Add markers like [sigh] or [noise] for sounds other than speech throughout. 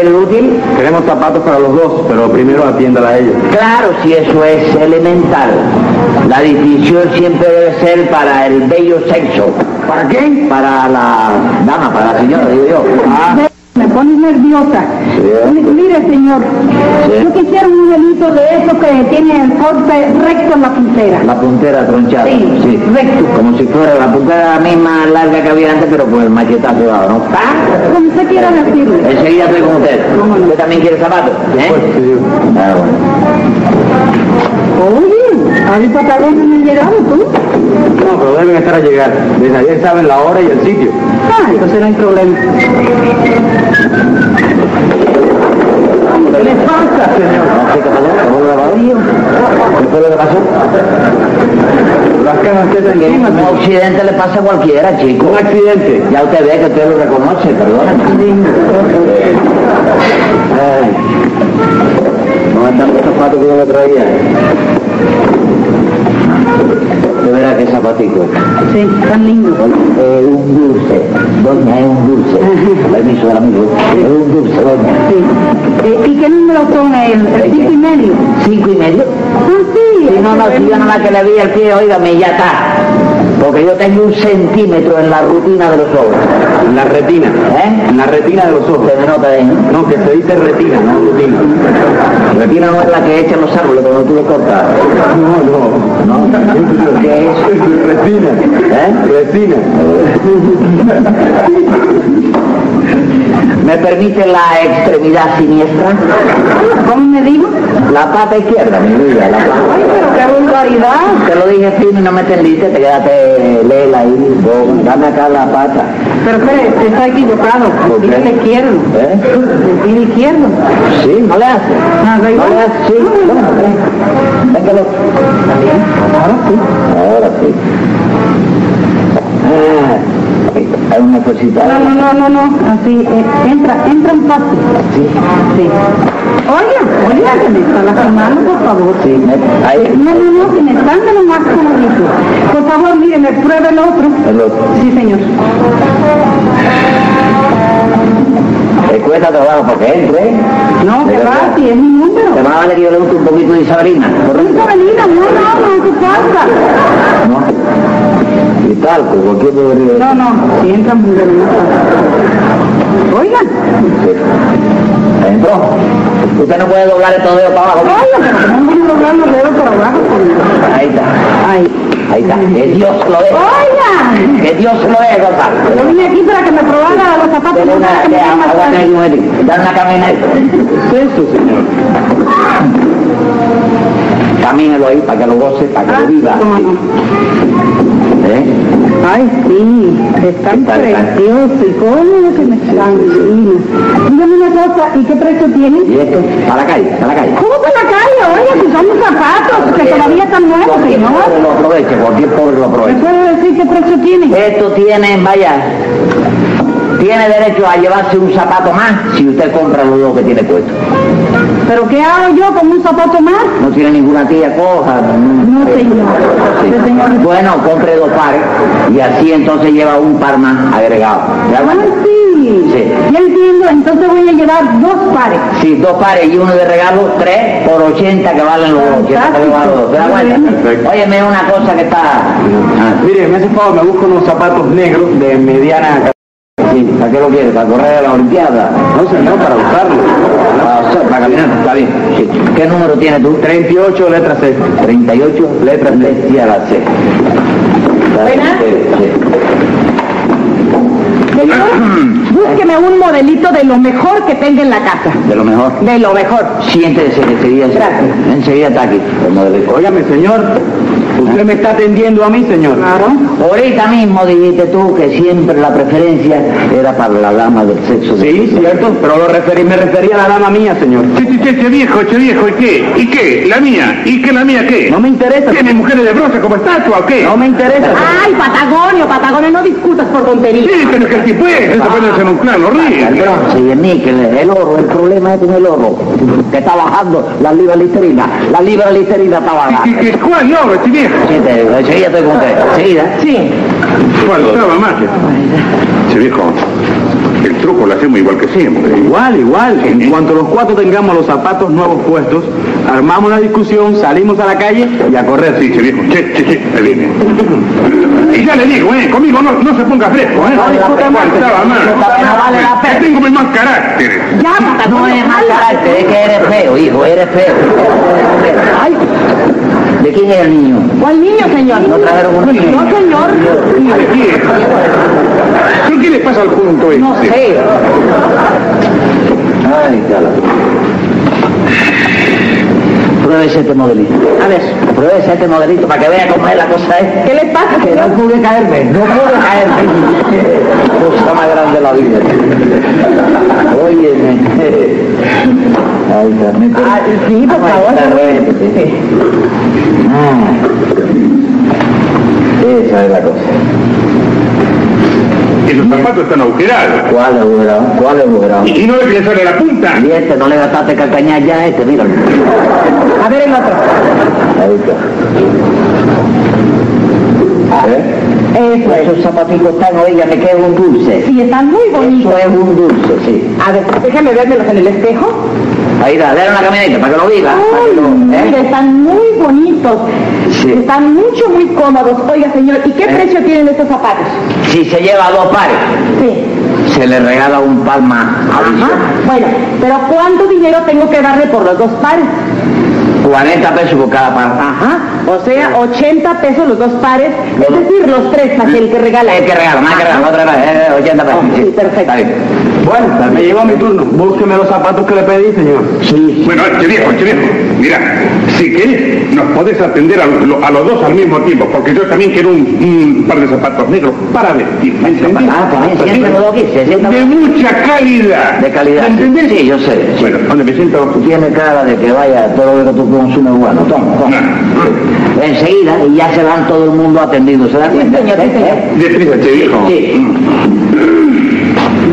el útil? Queremos zapatos para los dos, pero primero atiéndala a ella. Claro, si eso es elemental. La distinción siempre debe ser para el bello sexo. ¿Para qué? Para la dama, para la señora, digo yo. Ah, Me pones nerviosa. Sí. Mire, señor, Sí. yo quisiera un modelito de esos que tiene el corte recto en la puntera. la puntera tronchada. Sí, recto. Como si fuera la puntera misma larga que había antes, pero con el machetazo dado, ¿no? Ah, ¡Pah! Como usted quiera decirle. Enseguida estoy con usted. ¿Cómo no? ¿Usted también quiere zapatos? ¿Eh? Pues, sí, sí. Ah, bueno. Oye, a mi pantalón no me han llegado tú. No, pero deben estar a llegar. Desde ayer saben la hora y el sitio. Ah, entonces no hay problema. ¿Qué le pasa, señor? No sé qué pasó, ¿se fue lo que pasó? ¿Qué fue lo que pasó? Las cajas que Que un encima. accidente le pasa a cualquiera, chico. Un accidente. Ya usted ve que usted lo reconoce, perdóneme. Ay, no están los zapatos que yo me traía. ¿eh? De veras que zapatico. pues Sí, tan lindo. Es un dulce, doña, es un dulce. Con Permiso del amigo. Es un dulce, doña. Sí. Eh, ¿Y qué número son el, el cinco y medio? ¿Cinco y medio? Ah, sí. Si no, no, si yo nada más que le vi el pie, óigame, ya está. Porque yo tengo un centímetro en la rutina de los ojos. La retina. ¿Eh? La retina de los ojos. Se me nota ahí, ¿no? No, que se dice retina, no rutina. Retina no es la que echan los árboles cuando tú lo cortas. No, no. ¿No? ¿Qué es? Retina. ¿Eh? Retina. ¿Me permite la extremidad siniestra? ¿Cómo me dijo? La pata izquierda, mi vida, la pata. Ay, pero qué vulgaridad. Te lo dije fino y no me entendiste, te quedaste eh, lela ahí, vos, dame acá la pata. Pero espere, usted está equivocado. ¿Por qué? El pie izquierdo. ¿Eh? El pie izquierdo. Sí, no le hace. Ah, da No igual. le hace, sí. Bueno, ven. Ven que lo- Ahora sí. Ahora sí. Ah, hay una No, cosita. no, no, no, no. Así, eh, entra, entra un paso. Sí. Sí. Oiga, oiga, que me está lastimando, por favor. Sí, me- ahí. No, no, no, que me están dando más colorido. Por favor, mire, me pruebe el otro. El otro. Sí, señor. Te cuesta trabajo porque entre. No, que Mira, va, mira. si es mi número. Te va a valer que yo le guste un poquito de Sabrina, ¿correcto? Nunca venida, no, no, no, ¿qué pasa? No. Y talco, cualquier poderío. No, no, si entra muy bien. no. Oiga, Entró. Usted no puede doblar estos dedos para abajo. oiga, pero que no me voy a doblar los dedos por abajo. por- Ahí está. Ay. Ahí está. Que Dios lo dé. Oiga, Que Dios lo dé, Gonzalo. yo vine aquí para que me probara los zapatos. Dale para una, que me eh, den más aguanta ahí tarde. un momentico. Dale una caminata. ¿Qué es eso, señor? Camínelo ahí para que lo goce, para que Ah, lo viva. cómo no. ¿Eh? Ay, sí, están Está bien. preciosos y cómodos que me están divinos. Dígame una cosa, ¿y qué precio tienen? ¿Y esto? Para la calle, para la calle. ¿Cómo por la calle? Oiga, si son mis zapatos, que todavía están nuevos, Cualquier pobre señor. lo aproveche, cualquier pobre lo ¿Me aproveche. puede decir qué precio tienen? Esto tiene, vaya, tiene derecho a llevarse un zapato más si usted compra los dos que tiene puesto. ¿Pero qué hago yo con un zapato más? No tiene ninguna tía, coja. mm, No, sí, señor. sí. Este señor... Bueno, compre dos pares y así entonces lleva un par más agregado. ¿Ya Ah, bueno? sí. Sí. Ya entiendo, entonces voy a llevar dos pares. Sí, dos pares y uno de regalo, tres por 80 que valen los dos. 80 que valen los dos. ¿Se da cuenta? Perfecto. Óyeme, una cosa que está... Ah, Mire, me hace favor, me busco unos zapatos negros de mediana. sí, ¿Para qué lo quiere? ¿Para correr a la Olimpiada? No, señor, para usarlos. Para, hacer- Ah, para caminar, está bien. Sí. ¿Qué número tiene tú? 38 letras C. 38 letras y a la C. ¿Buena? Sí. [clears throat] Señor, búsqueme un modelito de lo mejor que tenga en la casa. De lo mejor. De lo mejor. Siéntese que enseguida, Gracias. enseguida está aquí. Como debe. Óigame, señor. Usted me está atendiendo a mí, señor. Ahorita mismo dijiste tú que siempre la preferencia era para la dama del sexo. Sí, cierto, pero lo referí, me refería a la dama mía, señor. Che, che, che, che, viejo, che viejo, ¿y qué? ¿Y qué? ¿La mía? ¿Y qué la mía qué? No me interesa. ¿Tiene mujeres de bronce como estatua o qué? No me interesa. Ah. Ay, Patagonio, Patagonio, no discutas por tonterías. Sí, pero que si puede, se puede hacer un clan El horrible. bronce y el níquel, el oro, el problema es con el oro, que está bajando la libra listerina, la libra listerina está ¿Y [laughs] bajando. qué cuál no, este viejo? Sí, te digo, enseguida estoy con usted, ¿eh? enseguida. Sí. Faltaba más. Che viejo, el truco grupo la hacemos igual que siempre. Igual, igual. En cuanto los cuatro tengamos los zapatos nuevos puestos, armamos la discusión, salimos a la calle y a correr. Sí, che, viejo, che, che, che, ahí viene. Y ya le digo, eh, conmigo no, no se ponga fresco, eh. No discuta más. Faltaba más. No vale la pena. Yo tengo mi más carácter. Ya, No es mal carácter, es que eres feo, hijo, eres feo. Ay, ¿De quién es el niño? ¿cuál niño, señor? No trajeron un niño. No, señor. ¿De quién? ¿Pero qué le pasa al punto este? No sé. Ay, cala. Pruébese este modelito. A ver. Pruébese este modelito para que vea cómo es la cosa esta. ¿Qué le pasa, Que no señor? pude caerme, [laughs] no pude caerme. Cosa más grande de la vida. Óyeme. Ay, Carmen. Ah, sí, por favor. Aguántate. Ah. Esa es la cosa. Y los zapatos están agujerados. ¿Cuál es el ¿Cuál es el Y, y no le piensa en la punta. Y este no le gastaste cacañar ya a este, míralo. A ver el otro. Ahí está. ¿Eh? Eso es. Esos zapaticos están, oiga, me queda un dulce. Sí, están muy bonitos. Eso es un dulce, sí. A ver, déjame vermelos en el espejo. Ahí está, dale una camioneta para que lo viva. para que Ay, lo- mire, ¿eh? están muy bonitos. Sí. Están mucho, muy cómodos. Oiga, señor, ¿y qué ¿Eh? precio tienen estos zapatos? Si se lleva dos pares, Sí. se le regala un par más. adicional. Bueno, pero ¿cuánto dinero tengo que darle por los dos pares? 40 pesos por cada par. Ajá. O sea, 80 pesos los dos pares, es decir, los tres, para que el que regala. El que regala, más que regala, la otra vez, eh, 80 pesos. Ah, sí, perfecto. está bien. Bueno, me llegó mi turno. Búsqueme los zapatos que le pedí, señor. Sí. Bueno, che viejo, che viejo, mira, si querés nos podés atender a, lo- a los dos al mismo tiempo, porque yo también quiero un, un par de zapatos negros para vestir, ¿me entendés? Ah, también, siempre lo quise, siempre De mucha calidad. de calidad. ¿Me entendés? Sí, yo sé. sí. Bueno, ¿dónde me siento? Tiene cara de que vaya todo lo que tú consumes bueno. Toma, toma. Enseguida, y ya se van todo el mundo atendido, ¿se da cuenta? señor, sí, señor. Deprisa, che este viejo. Sí.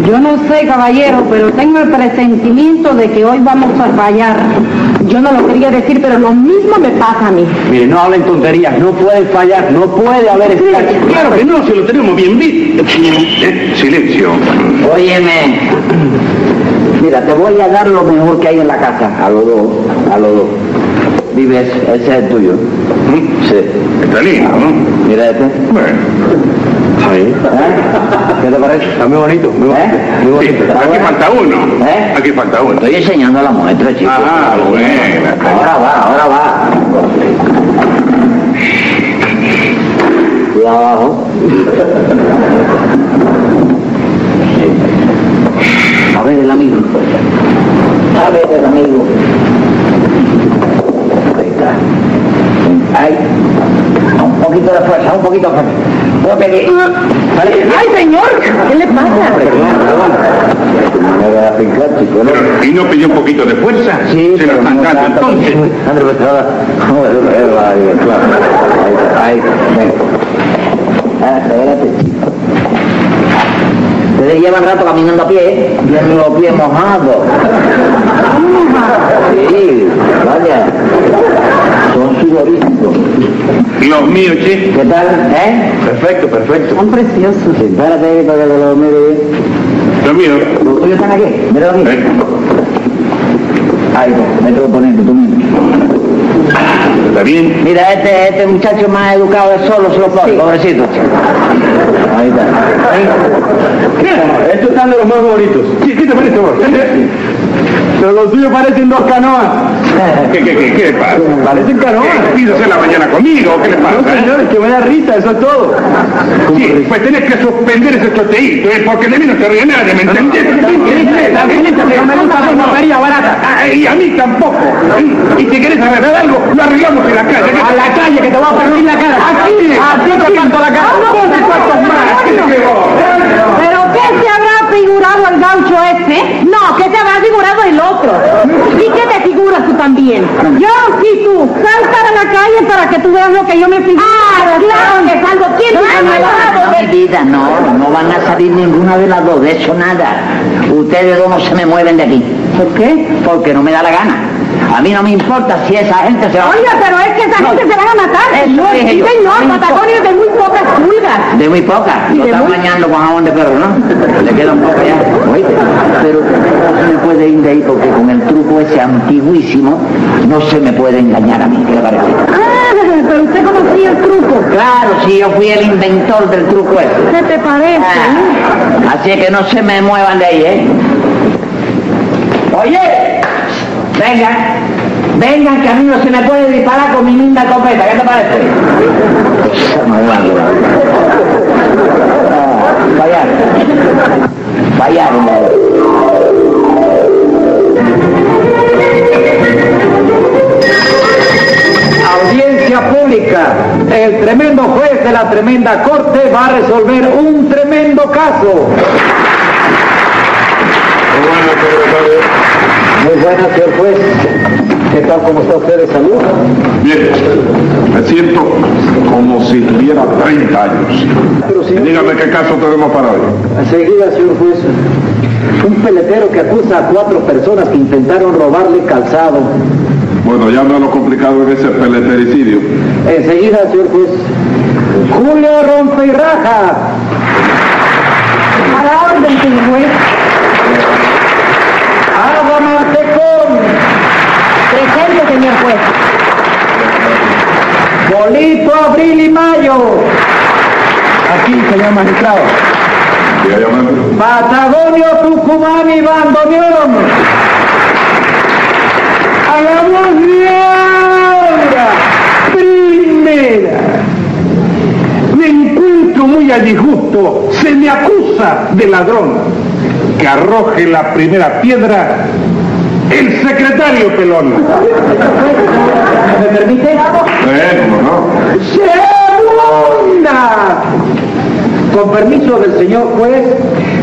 Yo no sé, caballero, pero tengo el presentimiento de que hoy vamos a fallar. Yo no lo quería decir, pero lo mismo me pasa a mí. Mire, no hablen tonterías, no pueden fallar, no puede haber escache. Claro que no, si lo tenemos bien visto. Eh, silencio. Óyeme. Mira, te voy a dar lo mejor que hay en la casa. A los dos, a los dos. Vives, ese es el tuyo. Sí. Mm. Está lindo, ¿no? Mira este. Bueno, Sí. ¿Eh? ¿Qué te parece? Está muy bonito, muy bonito. ¿Eh? Muy sí, bonito. aquí falta uno. ¿Eh? Aquí falta uno. Estoy enseñando la muestra, chico. Ah, bueno. Ahora va, ahora va. Cuidado abajo. A ver el amigo. A ver el amigo. Ahí está. Ahí. Un poquito de fuerza, un poquito de fuerza. Voy a pedir. Sale. ¡Ay, señor! ¿Qué le pasa? Me voy a picar, chico, ¿no? Pero, ¿Y no pidió un poquito de fuerza? Sí, Se lo están no dando tanto. entonces. Andrés Pesada, joder, es radio, claro. Ahí, ahí, ven. Ah, espérate, chico. Ustedes llevan rato caminando a pie, ¿eh? Tienen los pies mojados. Sí, vaya. Son sudoríficos. Los míos, che. ¿Qué tal? ¿Eh? Perfecto, perfecto. Son preciosos. Espérate para que te lo mire bien. Los míos. ¿Los tuyos están aquí? Míralo aquí. ¿Eh? Ahí, pues, me tengo que poner tú mismo. ¿Está bien? Mira, este, este muchacho más educado es solo, se lo pone, pobrecito. Ahí [laughs] está. Estos están de los más bonitos. Sí, ¿Qué te parece a [laughs] vos? Pero los tuyos parecen dos canoas. ¿Qué, qué, qué, qué le pasa? Eh, Parecen ¿Qué? canoas. ¿Pides hacer la mañana conmigo? ¿Qué le No, pasa? eh? señores, que me da risa, eso es todo. Sí, pues tenés que suspender ese choteíto, ¿eh? porque de mí no te ríe nadie, ¿me entendés? barata. Ah, Y a mí tampoco. Y si querés arreglar algo, lo arreglamos en la calle. A la calle, que te voy a partir la cara. Aquí. Aquí te parto la Ah, cara. ¿Cuántos más? ¿Qué te pegó? ¿Pero qué se habrá figurado el gaucho este? No, ¿qué se habrá figurado el otro? ¿Y qué te figuras tú también? Yo sí, tú. Sal para la calle para que tú veas lo que yo me figuro. ¡Ah, claro que salgo! ¿Quién No, mi vida, no, no van a salir ninguna de las dos, de eso nada. Ustedes dos no se me mueven de aquí. ¿Por qué? Porque no me da la gana. A mí no me importa si esa gente se va. Oiga, pero es que esa No, gente se van a matar. eso señor. dije Sí, yo. señor, No Patagonia es de muy pocas pulgas. De muy poca. Y Lo de está muy- bañando con jabón de perro, ¿no? Le queda un poco ya. Oíste. Pero no se me puede ir de ahí porque con el truco ese antiguísimo no se me puede engañar a mí. ¿Qué le parece? Ah, pero usted conocía el truco. Claro, si yo fui el inventor del truco ese. ¿Qué te parece? eh? Ah, Así es que no se me muevan de ahí, ¿eh? Oye, vengan, vengan que a mí no se me puede disparar con mi linda copeta, ¿qué te parece? Ah, Fallaron. Fallaron. Audiencia pública. El tremendo juez de la tremenda corte va a resolver un tremendo caso. Muy buenas, señor juez. ¿Qué tal? ¿Cómo está usted de salud? Bien, me siento como si tuviera 30 años. Pero señor- Dígame qué caso tenemos para hoy. Enseguida, señor juez. Un peletero que acusa a cuatro personas que intentaron robarle calzado. Bueno, ya no lo complicado es ese peletericidio. Enseguida, señor juez. Julio Rompe y Raja. A la orden, señor juez. Alba Mantecón. Presente, señor juez. Bolito, abril y mayo. Aquí, señor magistrado. Siga llamando. Patagonio, Tucumán y Bandoneón. Hagamos obra Primera. Me encuentro muy a disgusto. Se me acusa de ladrón. Que arroje la primera piedra el secretario Pelón. ¿Me permite? Bueno, ¿no? ¡Segunda! Con permiso del señor juez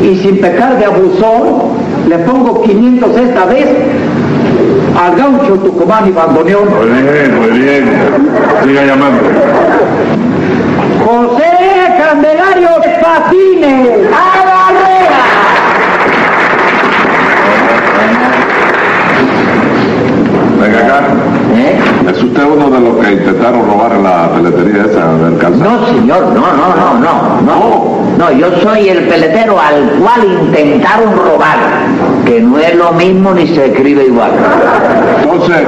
y sin pecar de abusón, le pongo 500 esta vez al gaucho Tucumán y Bandoneón. Muy bien, muy bien. Siga llamando. José Candelario Patines a la Venga acá. ¿Eh? ¿Es usted uno de los que intentaron robar la peletería esa del calzado? No, señor, no, no, no, no, no. No, yo soy el peletero al cual intentaron robar, que no es lo mismo ni se escribe igual. Entonces,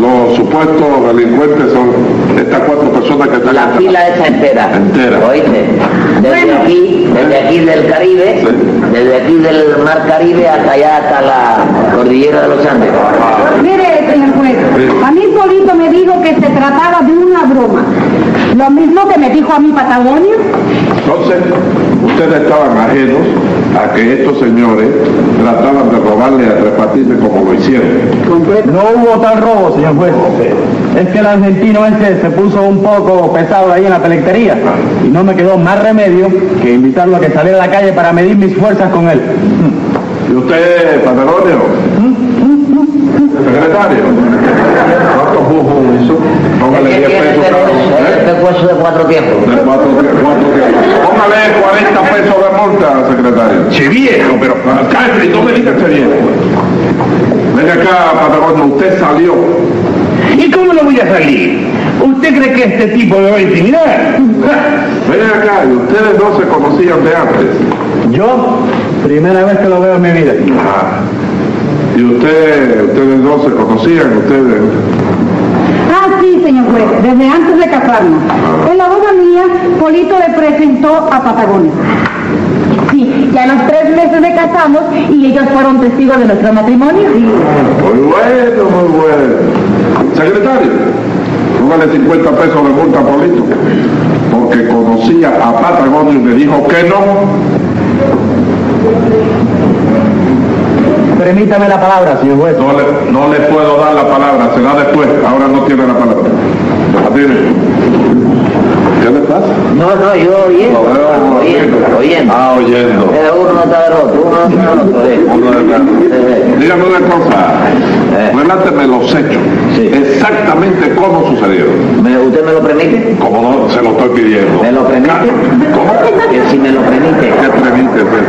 los supuestos delincuentes son estas cuatro personas que están La fila esa entera. Entera. ¿Oíste? Desde Bueno. aquí, desde aquí del Caribe, Sí. desde aquí del Mar Caribe hasta allá, hasta la cordillera de los Andes. Mire, señor juez, Sí. a mí Polito me dijo que se trataba de una broma. Lo mismo que me dijo a mí Patagonia. Entonces, ustedes estaban ajenos a que estos señores trataban de robarle a Tres Patines como lo hicieron. No hubo tal robo, señor juez. Es que el argentino ese se puso un poco pesado ahí en la pelectería y no me quedó más remedio que invitarlo a que saliera a la calle para medir mis fuerzas con él. ¿Y usted, Patagonio? ¿Secretario? ¿Cuánto bujo hizo? Póngale ¿Qué 10 tiene pesos este cada uno. hueso? ¿eh? Este hueso de cuatro tiempos. De cuatro, de cuatro que- Póngale 40 pesos de multa, secretario. Che viejo, pero cállate, no me digas che viejo. Venga acá, Patagonia, usted salió. ¿Y cómo lo voy a salir? ¿Usted cree que este tipo me va a intimidar? Venga acá, y ustedes no se conocían de antes. Yo, primera vez que lo veo en mi vida. Ah, Y usted, ustedes no se conocían, ustedes. Ah, sí, señor juez, desde antes de casarnos. En la boda mía, Polito le presentó a Patagonia. Sí, ya a los tres meses de casamos y ellos fueron testigos de nuestro matrimonio. Muy bueno, muy bueno. Secretario, póngale 50 pesos de multa a Paulito. Porque conocía a Patagonia y me dijo que no. Permítame la palabra, señor juez. No le, no le puedo dar la palabra, será después, ahora no tiene la palabra. Atene. ¿Qué le pasa? No, no, yo oyendo, Lo veo Ah, oyendo, oyendo. Eh. Ah, oyendo. Era uno no estaba el otro, uno no estaba el otro. eh. Uno detrás. Dígame una cosa, Eh. reláteme los hechos, Sí. exactamente cómo sucedió, eh, ¿Me- ¿Usted me lo permite? como no se lo estoy pidiendo. ¿Me lo permite? Ca- ¿Cómo? Que si me lo permite. ¿Qué permite pues?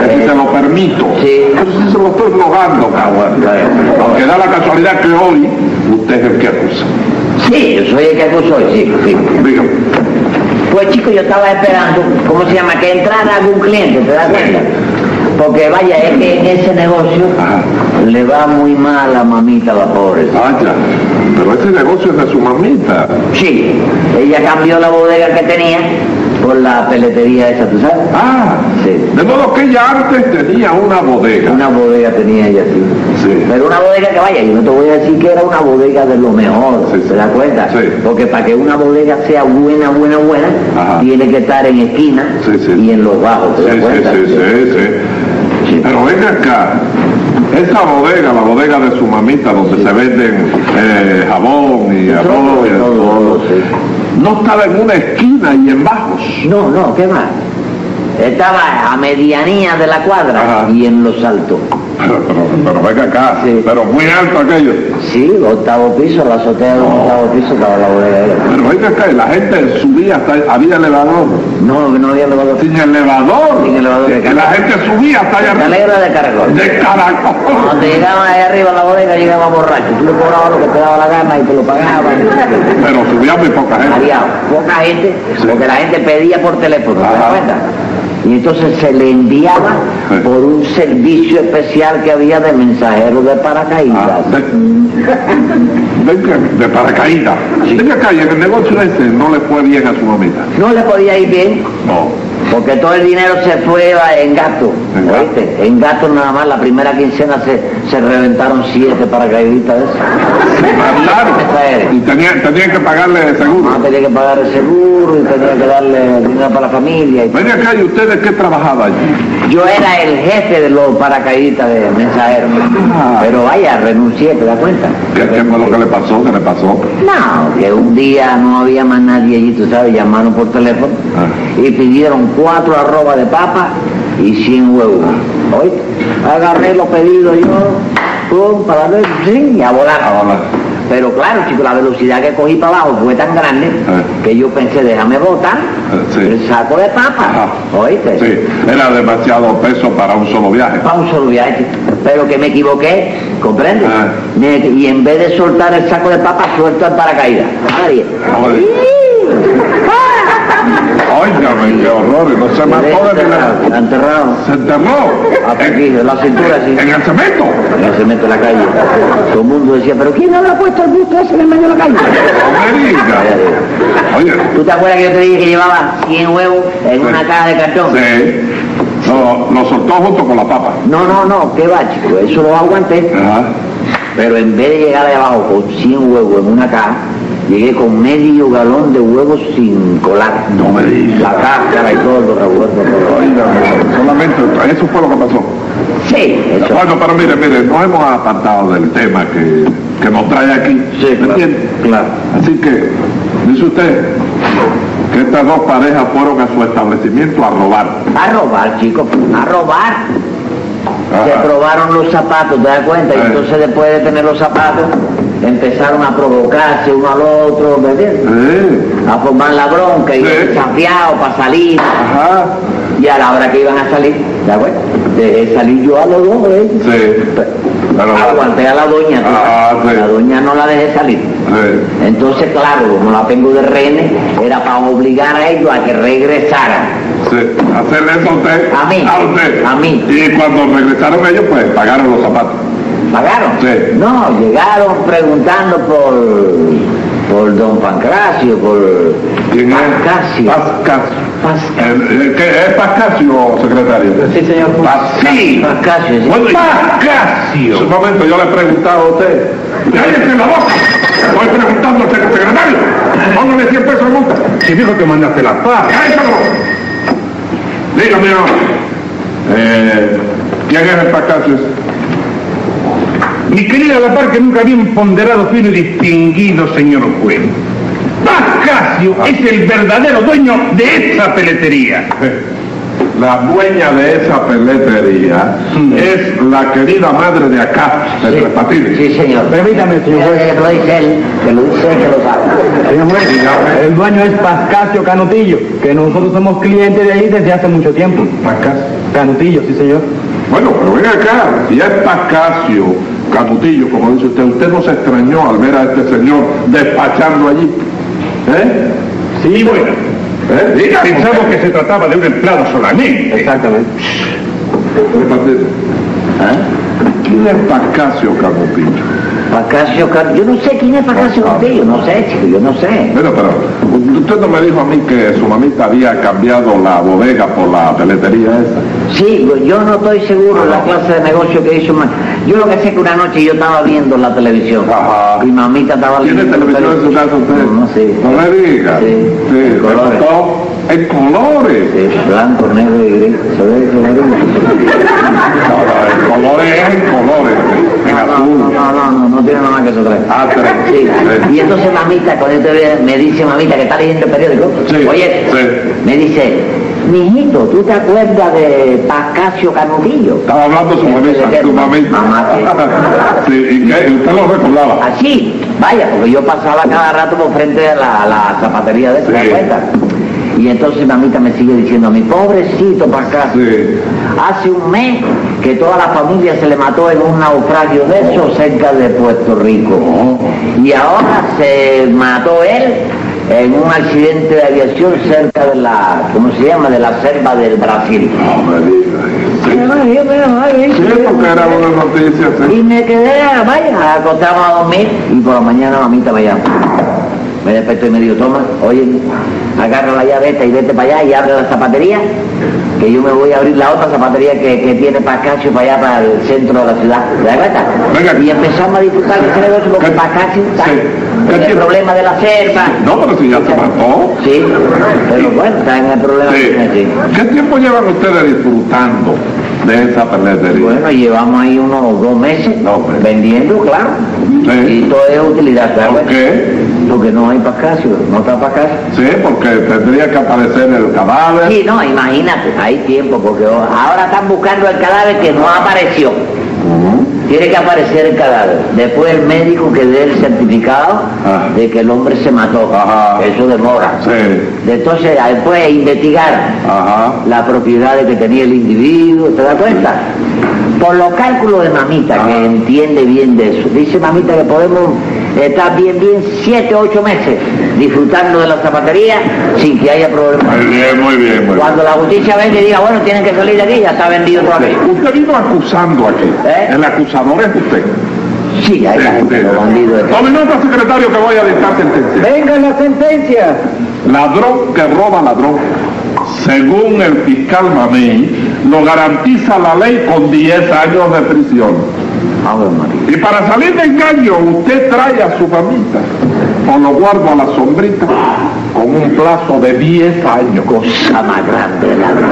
Que Si Eh. se lo permito. Sí. Ah, Pero si se lo estoy rogando, cabrón. Bueno. Porque da la casualidad que hoy usted es el que acusa. Sí, yo soy el que acusó, sí, sí. Dígame. Pues chico, yo estaba esperando, ¿cómo se llama? Que entrara algún cliente, ¿te das cuenta? Porque vaya, es que en ese negocio Ajá. le va muy mal a mamita la pobre. Vaya, pero ese negocio es de su mamita. Sí, ella cambió la bodega que tenía por la peletería esa, ¿tú sabes? Ah, Sí. de modo que ella antes tenía una bodega. Una bodega tenía ella, sí. Sí. Pero una bodega que vaya, yo no te voy a decir que era una bodega de lo mejor, Sí, sí. ¿te das cuenta? Sí. Porque para que una bodega sea buena, buena, buena, Ajá. tiene que estar en esquina Sí, sí. y en los bajos, ¿te Sí, das sí, cuenta? sí, sí, sí. Sí. Pero venga acá, esa bodega, la bodega de su mamita, donde se venden eh, jabón y arroz, y Todo, todo, todo, sí. no estaba en una esquina y en bajos. [laughs] No, no, ¿qué más? Estaba a medianía de la cuadra Ajá. y en los altos. Pero, pero, pero venga acá, Sí. pero muy alto aquello. Sí, octavo piso, la azotea del octavo piso estaba la bodega. de ella. Pero venga acá, y la gente subía hasta había elevador. No, no había elevador. Sin elevador. Sin elevador, de Que la gente subía hasta allá arriba. Escalera de caracol. De caracol. Cuando llegaban ahí arriba a la bodega llegaban borrachos. Tú le cobrabas lo que te daba la gana y te lo pagaban. Pero subía muy poca ¿eh? gente. Había poca gente, Sí. porque la gente pedía por teléfono, ¿te das Ajá. cuenta? Y entonces se le enviaba Sí. por un servicio especial que había de mensajero de Ah, paracaídas. de, de- de paracaídas. Venga acá, y en el negocio ese no le fue bien a su mamita. No le podía ir bien, No. porque todo el dinero se fue a- en gasto. En gasto. ¿oíste? En gasto nada más, la primera quincena se, se reventaron siete paracaidistas de esos. Claro. Y tenían tenía que pagarle Ah, seguro. tenía que pagar el seguro y tenía que darle dinero para la familia. y- Venga acá, ¿y ustedes qué trabajaban allí? Yo era el jefe de los paracaidistas de mensajeros. Ah. Pero vaya, renuncié, ¿te das cuenta? ¿Qué, qué fue lo que le pasó? ¿Qué le pasó? No, que un día no había más nadie allí, tú sabes, llamaron por teléfono Ah. y pidieron cuatro arrobas de papa y cien huevos. ¿Oíste? Agarré los pedidos yo, pum, para ver, sí, y a volar. A volar. Pero claro, chico, la velocidad que cogí para abajo fue tan grande Ah. que yo pensé, déjame botar Ah, sí. el saco de papa. Ajá. ¿Oíste? Sí, era demasiado peso para un solo viaje. Pa' un solo viaje, pero que me equivoqué, ¿comprendes? Ah. Me- y en vez de soltar el saco de papas, suelto el paracaídas. Nadie. Oye, Ah, Óigame, qué horror, no se mató de Enterrado, milagro. enterrado, Se enterró. hasta aquí, En, de la cintura así, en el cemento. en el cemento de la calle. Todo el mundo decía, pero ¿quién habrá puesto el busto ese en el medio de la calle? No me diga. Oye, ¿Tú te acuerdas que yo te dije que llevaba 100 huevos en Sí. una caja de cartón? Sí. Lo, lo soltó junto con la papa. No, no, no, qué va, chico, eso lo aguanté. Ajá. Pero en vez de llegar de abajo con 100 huevos en una caja, llegué con medio galón de huevos sin colar. No me digas. La cáscara y todo, los revueltos, todo. Oiga, solamente eso fue lo que pasó. Sí, eso. Bueno, pero mire, mire, nos hemos apartado del tema que, que nos trae aquí. Sí, ¿Me claro, entiende? claro. Así que, dice usted que estas dos parejas fueron a su establecimiento a robar. A robar, chicos, a robar. Ajá. Se probaron los zapatos, ¿te das cuenta? Y Eh. entonces después de tener los zapatos, empezaron a provocarse uno al otro, ¿me entiendes? Sí. A formar la bronca y Sí. desafiados para salir. Ajá. Y a la hora que iban a salir, ¿te das cuenta? Dejé salir yo a los dos, ¿eh? Sí. Pero, Aguanté a la doña, tú Ah, sabes. sí. la doña no la dejé salir. sí. Entonces, claro, como la tengo de rehenes, era para obligar a ellos a que regresaran. Sí, hacerle eso a usted. A mí. usted. A mí. Y cuando regresaron ellos, pues pagaron los zapatos. ¿Pagaron? Sí. No, llegaron preguntando por, por don Pancracio, por ¿Quién es? Pancracio. Pascasio. Pas- El- el que- ¿Es Pascasio, secretario? Sí, señor. Pasí. Pancracio, sí. Bueno, y- Pascasio. Un momento, yo le he preguntado a usted. ¡Cállese la boca! Estoy preguntando al secretario. Póngale 100 pesos de multa. Si dijo que mandaste la paz. ¡Cállese la boca! Dígame ahora. Eh, ¿Quién es el Pascasio? Mi querida La Par, que nunca bien ponderado, fino y distinguido señor juez. Bacasio Ah. es el verdadero dueño de esa peletería. [laughs] La dueña de esa peletería es la querida madre de acá, de Tres Patines. Sí, señor. Permítame, señor juez. Eh, lo dice él, que lo dice él que lo sabe. Señor juez, Dígame. el dueño es Pascasio Canutillo, que nosotros somos clientes de ahí desde hace mucho tiempo. Pascasio. Canutillo, sí señor. Bueno, pero ven acá, si es Pascasio, Canutillo, como dice usted, usted no se extrañó al ver a este señor despachando allí. ¿Eh? Y bueno, ¿Eh? Dígame. pensamos usted. que se trataba de un empleado solamente. Exactamente. Tres Patines. ¿Eh? ¿Quién es Pascasio Canutillo? Pacacio Car- yo no sé quién es Pacacio Cartillo, no sé, chico, yo no sé. Mira, pero usted no me dijo a mí que su mamita había cambiado la bodega por la peletería esa. Sí, yo- yo no estoy seguro de la clase de negocio que hizo ma- Yo lo que sé es que una noche yo estaba viendo la televisión. Ajá. Mi mamita estaba ¿Tiene leyendo televisión en su televisión. casa usted? No, no, sí. No me diga. Sí, en le colores. tocó en colores. Sí, Eh, blanco, negro y gris. ¿Se ve ese amarillo? No, no, en colores es en colores. En No, azul. no, no, no, no, no tiene nada más que eso trae. Ah, tres. Sí. Sí. Y entonces mamita, cuando yo te veo, me dice mamita que está leyendo el periódico, Sí, oye, sí. me dice, mijito, ¿tú te acuerdas de Pascasio Canutillo? Estaba hablando su este mamita, su mamita. Mamá, [laughs] Ah. Sí, ¿y qué? ¿Usted lo recordaba? Así, vaya, porque yo pasaba cada rato por frente a la, la zapatería de esa, ¿te Sí. cuenta? Y entonces mamita me sigue diciendo, mi pobrecito Pascasio, Sí. hace un mes que toda la familia se le mató en un naufragio de eso cerca de Puerto Rico. Y ahora se mató él en un accidente de aviación cerca de la, ¿cómo se llama?, de la selva del Brasil. No me diga. Sí, porque era una noticia. sí. Y me quedé, vaya, acostado a dormir y por la mañana mamita me llama. Me desperté y me dijo, toma, oye, agarra la llave esta y vete para allá y abre la zapatería, que yo me voy a abrir la otra zapatería que, que tiene Pascasio para allá, para el centro de la ciudad. ¿Te das cuenta? Venga. Y empezamos a disfrutar de ese negocio porque ¿Qué- Pascasio está sí. ¿Qué en el tiene? problema de la selva. No, pero si ya se mató. Sí, pero bueno, está en el problema que Sí. tiene, sí. ¿Qué tiempo llevan ustedes disfrutando de esa peletería? Bueno, llevamos ahí unos dos meses No, hombre. vendiendo, claro. Sí. Y todo es utilidad, ¿te das ¿Por cuenta? qué? Porque no hay Pascasio, no está Pascasio. Sí, porque tendría que aparecer el cadáver. Sí, no, imagínate, hay tiempo, porque ahora están buscando el cadáver que no apareció. Tiene que aparecer el cadáver. Después el médico que dé el certificado Ah. de que el hombre se mató. Ajá. Eso demora. Sí. Entonces, después investigar Ajá. la propiedad de que tenía el individuo, ¿te das cuenta? Por los cálculos de mamita, que Ah. entiende bien de eso, dice mamita que podemos estar bien, bien, siete, ocho meses disfrutando de la zapatería sin que haya problemas. Muy bien, muy bien, muy bien. Cuando la justicia venga y diga, bueno, tienen que salir de aquí, ya se ha vendido todo aquí. Usted vino acusando aquí. ¿Eh? El acusador es usted. Sí, hay Sí, gente sí. que lo han vendido de todo. Tome nota, secretario, que voy a dictar sentencia. ¡Venga la sentencia! Ladrón que roba ladrón. Según el fiscal Mamey, lo garantiza la ley con 10 años de prisión. Ave María. Y para salir de engaño, usted trae a su mamita, o lo guardo a la sombrita, con un plazo de 10 años. Cosa más grande, la